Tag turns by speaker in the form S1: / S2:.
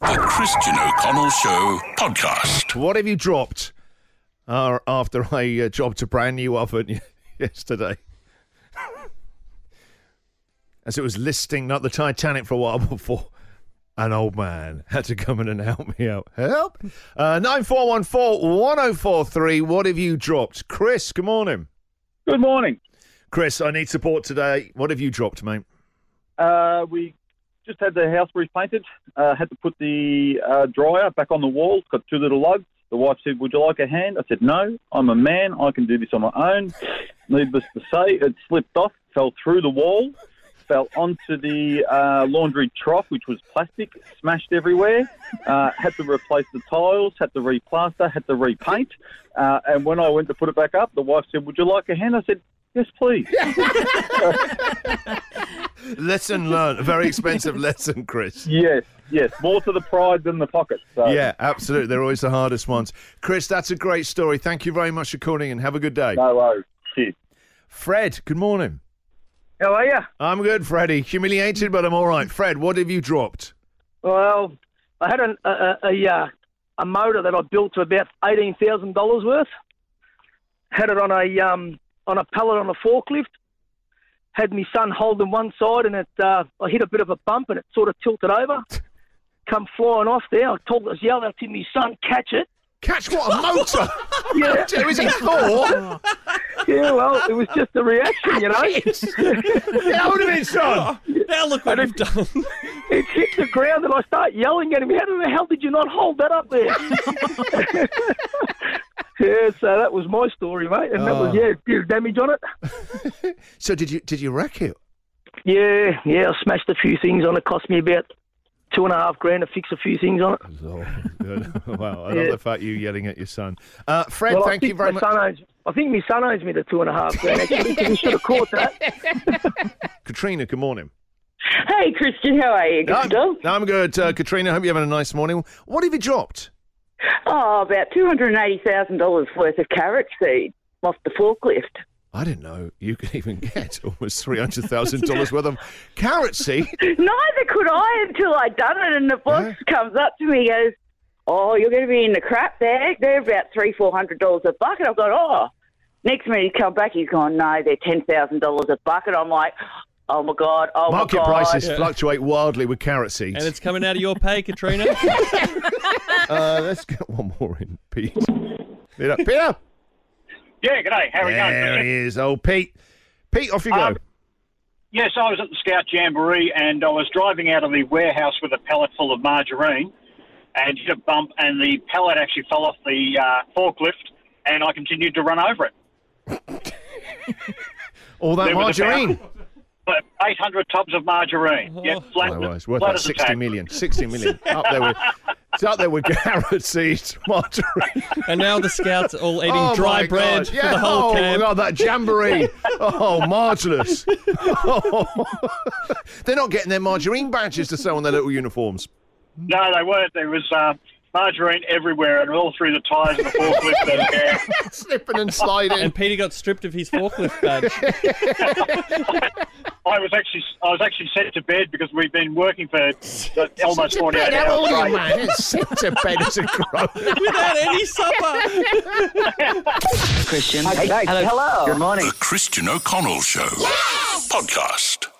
S1: The Christian O'Connell Show podcast.
S2: What have you dropped uh, after I uh, dropped a brand new oven yesterday? As it was listing, not the Titanic for a while before, an old man had to come in and help me out. Help? Uh, 9414 1043. What have you dropped? Chris, good morning.
S3: Good morning.
S2: Chris, I need support today. What have you dropped, mate?
S3: Uh, we just had the house repainted. Uh, had to put the uh, dryer back on the wall. It's got two little lugs. The wife said, "Would you like a hand?" I said, "No. I'm a man. I can do this on my own." Needless to say, it slipped off, fell through the wall, fell onto the uh, laundry trough, which was plastic, smashed everywhere. Uh, had to replace the tiles. Had to replaster. Had to repaint. Uh, and when I went to put it back up, the wife said, "Would you like a hand?" I said, "Yes, please."
S2: Lesson learned. A very expensive lesson, Chris.
S3: Yes, yes. More to the pride than the pocket. So.
S2: Yeah, absolutely. They're always the hardest ones. Chris, that's a great story. Thank you very much for calling and have a good day.
S3: No worries. Cheers.
S2: Fred, good morning.
S4: How are you?
S2: I'm good, Freddie. Humiliated, but I'm all right. Fred, what have you dropped?
S4: Well, I had an, a a a, uh, a motor that I built to about eighteen thousand dollars worth. Had it on a um on a pallet on a forklift. Had my son holding one side, and it uh, I hit a bit of a bump, and it sort of tilted over. Come flying off there. I told this yell out to me son, catch it.
S2: Catch what? A motor?
S4: Yeah,
S2: it was in Thor.
S4: yeah. Well, it was just a reaction, you know.
S2: That would have been son.
S5: Now look what I've done.
S4: It hit the ground, and I start yelling at him. How the hell did you not hold that up there? yeah. So that was my story, mate, and that
S2: Oh.
S4: was yeah, bit of damage on it.
S2: So did you did you wreck it?
S4: Yeah, yeah, I smashed a few things on it. Cost me about two and a half grand to fix a few things on it.
S2: Oh, good. wow, I love the fact you yelling at your son. Uh, Fred,
S4: Well, I
S2: thank you
S4: think
S2: very
S4: my
S2: much.
S4: Son owes, I think my son owes me the two and a half grand. Actually, 'cause he should have caught that.
S2: Katrina, good morning.
S6: Hey, Christian, how are you? Good
S2: I'm,
S6: stuff?
S2: I'm good. Uh, Katrina, hope you're having a nice morning. What have you dropped?
S6: Oh, about two hundred and eighty thousand dollars worth of carrot seed off the forklift.
S2: I didn't know you could even get almost three hundred thousand dollars worth of carrot seed.
S6: Neither could I until I done it, and the boss comes up to me and goes, "Oh, you're going to be in the crap bag. They're about three, four hundred dollars a bucket." I've gone, "Oh." Next minute he come back, he's gone, "No, they're ten thousand dollars a bucket." I'm like, "Oh my god! Oh
S2: Market
S6: my god!"
S2: prices fluctuate wildly with carrot seeds.
S5: And it's coming out of your pay, Katrina.
S2: Uh, let's get one more in, Pete. Peter, Peter.
S7: Yeah, g'day. How are you going?
S2: There
S7: Brilliant.
S2: he is, old Pete. Pete, off you go.
S7: Um, Yes, I was at the Scout Jamboree and I was driving out of the warehouse with a pallet full of margarine and hit a bump and the pallet actually fell off the uh, forklift and I continued to run over it.
S2: All that
S7: there was a
S2: margarine.
S7: But 800 tubs of margarine. Yeah, flat,
S2: Oh, well, it's worth
S7: flat
S2: about
S7: as a
S2: 60
S7: tack.
S2: million. 60 million. Up there with, it's up there with carrot seeds, margarine.
S5: and now the scouts are all eating
S2: Oh,
S5: dry
S2: my
S5: bread
S2: God.
S5: for
S2: Yeah.
S5: the whole
S2: oh,
S5: camp.
S2: my God, that jamboree. oh, marvellous. Oh. They're not getting their margarine badges to sew on their little uniforms.
S7: No, they weren't. There was uh, margarine everywhere and all through the tyres of the forklift. and, uh,
S2: Slipping and sliding.
S5: And Peter got stripped of his forklift badge.
S7: I was actually I was actually sent to bed because we've been working for uh, almost
S2: Sit in
S7: 48
S2: bed, how
S7: hours.
S2: old are
S7: straight.
S2: you, man? It's sit to bed as a grown
S5: Without any supper.
S4: Hey, hello.
S1: The Christian O'Connell Show podcast.